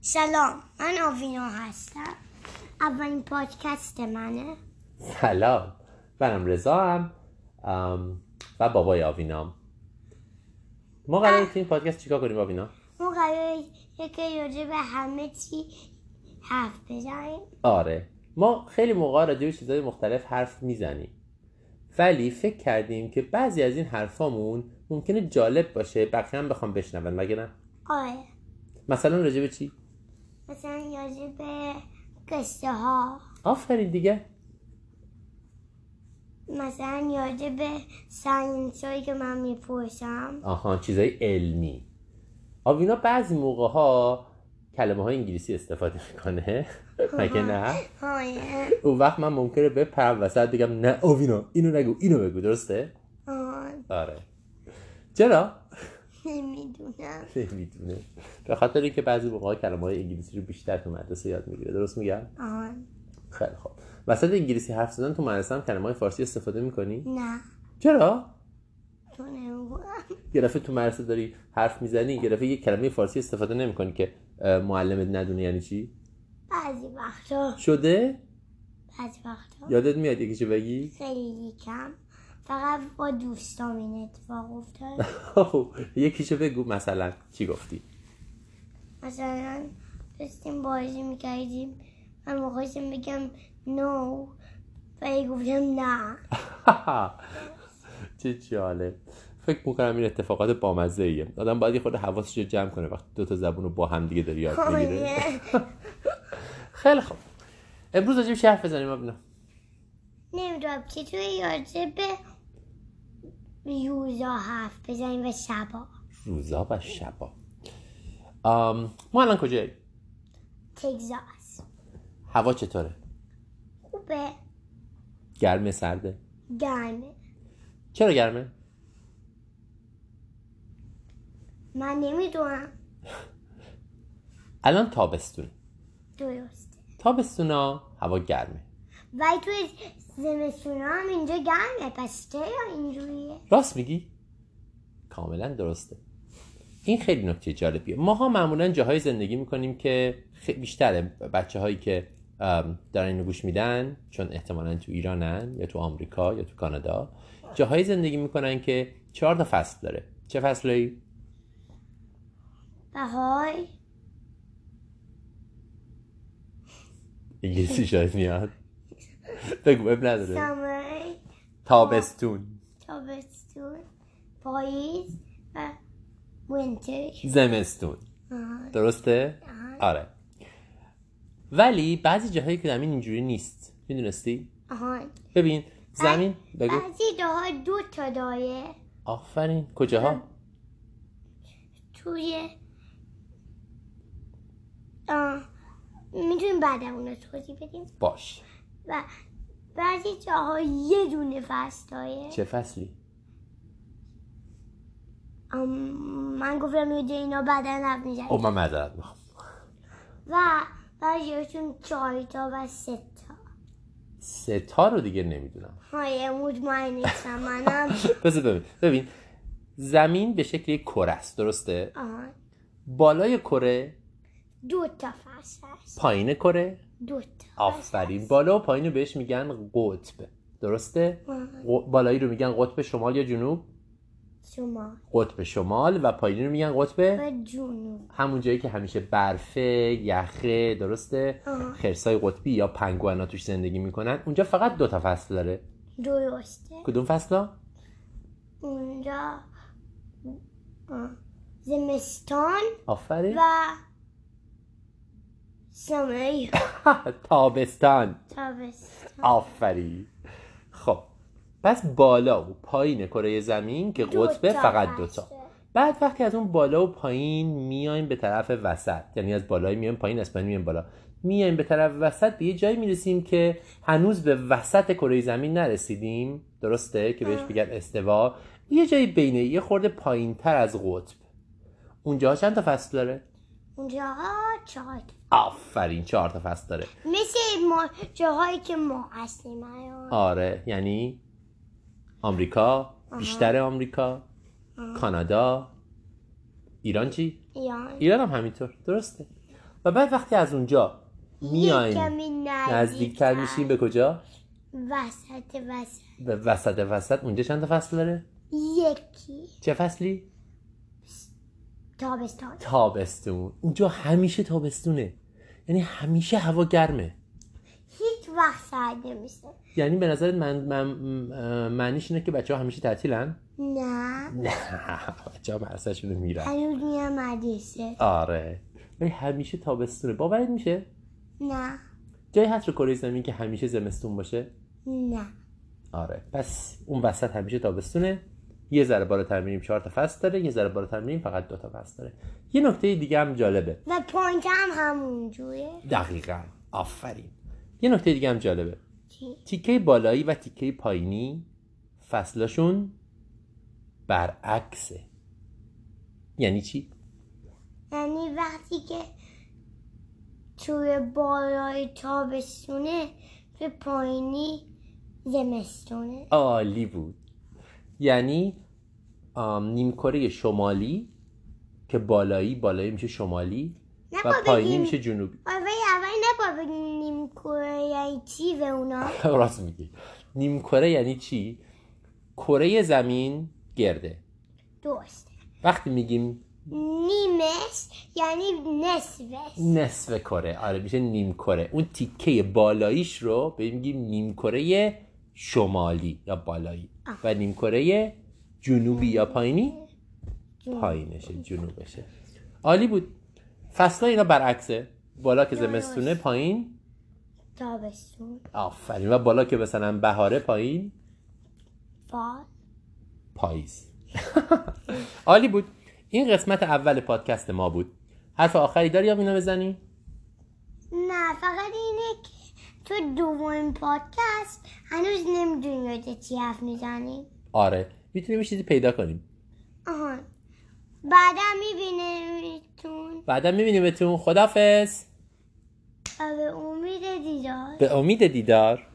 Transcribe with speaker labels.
Speaker 1: سلام من آوینا هستم اولین پادکست منه
Speaker 2: سلام منم رضا هم و بابای آوینام ما قراره که این پادکست چیکار کنیم آوینا
Speaker 1: ما قرار یکی راجع به همه چی حرف بزنیم
Speaker 2: آره ما خیلی موقع راجع به چیزهای مختلف حرف میزنیم ولی فکر کردیم که بعضی از این حرفامون ممکنه جالب باشه بقیه هم بخوام بشنون مگه نه
Speaker 1: آره
Speaker 2: مثلا راجع به چی
Speaker 1: مثلا راجع به قصه ها
Speaker 2: آفرین دیگه
Speaker 1: مثلا راجع به ساینس هایی که من میپرسم
Speaker 2: آها چیزای علمی آوینا بعضی موقع ها کلمه های انگلیسی استفاده میکنه مگه نه
Speaker 1: آره
Speaker 2: اون وقت من ممکنه بپرم وسط بگم نه آوینا اینو نگو اینو بگو درسته
Speaker 1: آه،
Speaker 2: آره چرا
Speaker 1: نمیدونم
Speaker 2: نمیدونه به خاطر اینکه بعضی موقع کلمه های انگلیسی رو بیشتر تو مدرسه یاد میگیره درست میگم
Speaker 1: آه،
Speaker 2: خیلی خوب وسط انگلیسی حرف زدن تو مدرسه هم کلمه های فارسی استفاده میکنی
Speaker 1: نه
Speaker 2: چرا
Speaker 1: تو نمیگم
Speaker 2: یه دفعه تو مدرسه داری حرف میزنی یه دفعه یه کلمه فارسی استفاده نمیکنی که اه، معلمت ندونه یعنی چی
Speaker 1: بعضی وقتا
Speaker 2: شده
Speaker 1: بعضی وقتا
Speaker 2: یادت میاد یکی چی بگی
Speaker 1: خیلی کم فقط با دوستام این اتفاق افتاد
Speaker 2: یکیشو خب، بگو مثلا چی گفتی
Speaker 1: مثلا داشتیم بازی میکردیم من میخواستم بگم نو ولی گفتم نه
Speaker 2: چه جالب فکر میکنم این اتفاقات بامزه ایه آدم باید یه خود حواسش رو جمع کنه وقتی دو تا زبون رو با هم دیگه داری یاد میگیره
Speaker 1: آره.
Speaker 2: خیلی خوب امروز راجع به چه حرف بزنیم آبنا
Speaker 1: نمیدونم که توی راجع به یوزا حرف بزنیم و شبا
Speaker 2: روزا و شبا آم، ما الان کجایی
Speaker 1: تگزاس
Speaker 2: هوا چطوره
Speaker 1: خوبه
Speaker 2: گرمه سرده
Speaker 1: گرمه
Speaker 2: چرا گرمه
Speaker 1: من نمیدونم
Speaker 2: الان تابستونه
Speaker 1: درسته
Speaker 2: تابستونا هوا گرمه
Speaker 1: ولی توی زمستون هم اینجا گرمه پس چرا اینجوریه
Speaker 2: راست میگی؟ کاملا درسته این خیلی نکته جالبیه ماها معمولا جاهای زندگی میکنیم که خ- بیشتر بچه هایی که ام، دارن اینو گوش میدن چون احتمالا تو ایرانن یا تو آمریکا یا تو کانادا جاهای زندگی میکنن که چهار تا فصل داره چه فصلایی؟
Speaker 1: بهای
Speaker 2: انگلیسی شاید میاد بگو اب نداره
Speaker 1: سمر
Speaker 2: تابستون
Speaker 1: تابستون پاییز و وینتر
Speaker 2: زمستون
Speaker 1: آه.
Speaker 2: درسته؟ آره ولی بعضی جاهایی که زمین اینجوری نیست میدونستی؟
Speaker 1: آهان
Speaker 2: ببین زمین بگو
Speaker 1: بعضی داها دو تا دایه
Speaker 2: آفرین کجاها
Speaker 1: توی آه. میتونیم بعد اون رو توضیح بدیم
Speaker 2: باش
Speaker 1: و بعضی جاها یه دونه فصل دایه
Speaker 2: چه فصلی
Speaker 1: آم، من گفتم یه جای اینا بعدا حرف میزنیم
Speaker 2: او خب، من معذرت میخوام
Speaker 1: و بعضیشون چهار تا و سه تا
Speaker 2: سه تا رو دیگه نمیدونم
Speaker 1: های مطمئن نیستم منم
Speaker 2: بذار ببین ببین زمین به شکل یک کره است درسته
Speaker 1: آهان.
Speaker 2: بالای کره
Speaker 1: دو تا فصل هست
Speaker 2: پایین کره
Speaker 1: دو تا
Speaker 2: آفرین بالا و پایین رو بهش میگن قطب درسته
Speaker 1: آه.
Speaker 2: ق- بالایی رو میگن قطب شمال یا جنوب
Speaker 1: شما
Speaker 2: قطب شمال و پایین رو میگن قطب
Speaker 1: و جنوب
Speaker 2: همون جایی که همیشه برفه یخه درسته
Speaker 1: آها.
Speaker 2: خرسای قطبی یا پنگوانا توش زندگی میکنن اونجا فقط دو تا فصل داره
Speaker 1: درسته
Speaker 2: کدوم فصلا
Speaker 1: اونجا آه. زمستان
Speaker 2: آفرین
Speaker 1: و سمه
Speaker 2: تابستان
Speaker 1: تابستان
Speaker 2: آفرین خب پس بالا و پایین کره زمین که
Speaker 1: دو
Speaker 2: قطبه
Speaker 1: تا
Speaker 2: فقط دوتا
Speaker 1: فصله.
Speaker 2: بعد وقتی از اون بالا و پایین میایم به طرف وسط یعنی از بالای میایم پایین از پایین میایم بالا میایم به طرف وسط به یه جایی میرسیم که هنوز به وسط کره زمین نرسیدیم درسته که بهش میگن استوا یه جایی بینه یه خورده پایین تر از قطب اونجا چند تا فصل داره
Speaker 1: اونجا ها چهار تا.
Speaker 2: آفرین چهار تا فصل داره
Speaker 1: مثل ما جاهایی که ما هستیم الان.
Speaker 2: آره یعنی آمریکا بیشتر آمریکا کانادا ایران چی؟
Speaker 1: ایران
Speaker 2: ایران هم همینطور درسته و بعد وقتی از اونجا
Speaker 1: یه
Speaker 2: میایم
Speaker 1: کمی
Speaker 2: نزدیکتر میشیم به کجا
Speaker 1: وسط وسط
Speaker 2: به وسط وسط اونجا چند تا فصل داره
Speaker 1: یکی
Speaker 2: چه فصلی
Speaker 1: تابستان
Speaker 2: تابستون اونجا همیشه تابستونه یعنی همیشه هوا گرمه
Speaker 1: هیچ وقت سرد نمیشه
Speaker 2: یعنی به نظر من, من م- معنیش اینه که بچه ها همیشه تعطیلن
Speaker 1: نه
Speaker 2: نه بچه ها مدرسه‌شون رو میرن
Speaker 1: هنوز میرم مدرسه
Speaker 2: آره ولی همیشه تابستونه باورت میشه
Speaker 1: نه
Speaker 2: جایی هست رو کره زمین که همیشه زمستون باشه
Speaker 1: نه
Speaker 2: آره پس اون وسط همیشه تابستونه یه ذره بالاتر میریم چهار تا فصل داره یه ذره بالاتر میریم فقط دو تا فصل داره یه نکته دیگه هم جالبه
Speaker 1: و پوینت هم همونجوره
Speaker 2: دقیقا آفرین یه نکته دیگه هم جالبه
Speaker 1: چی؟
Speaker 2: تیکه بالایی و تیکه پایینی فصلاشون برعکسه یعنی چی؟
Speaker 1: یعنی وقتی که توی بالای تابستونه توی پایینی زمستونه
Speaker 2: عالی بود یعنی آم، نیمکره شمالی که بالایی بالایی میشه شمالی
Speaker 1: نه
Speaker 2: و
Speaker 1: با
Speaker 2: پایینی
Speaker 1: بگیم.
Speaker 2: میشه جنوبی
Speaker 1: اول اول نبا بگیم کره یعنی چی به اونا
Speaker 2: راست میگی نیمکره یعنی چی کره زمین گرده
Speaker 1: درسته
Speaker 2: وقتی میگیم
Speaker 1: نیمش یعنی نصفش
Speaker 2: نصف کره آره میشه نیمکره اون تیکه بالاییش رو به میگیم نیمکره شمالی یا بالایی و نیمکره جنوبی یا پایینی پایینشه جنوبشه عالی بود فصلا اینا برعکسه بالا که زمستونه پایین
Speaker 1: تابستون
Speaker 2: آفرین و بالا که مثلا بهاره پایین
Speaker 1: باد
Speaker 2: پاییز عالی بود این قسمت اول پادکست ما بود حرف آخری داری یا اینا بزنی؟
Speaker 1: نه فقط اینه که تو دومین پادکست هنوز نمیدونی راجع چی حرف میزنیم
Speaker 2: آره میتونیم یه چیزی پیدا کنیم
Speaker 1: آهان بعدا میبینیمتون
Speaker 2: بعدا میبینیمتون خدافز
Speaker 1: و به آره، امید دیدار
Speaker 2: به امید دیدار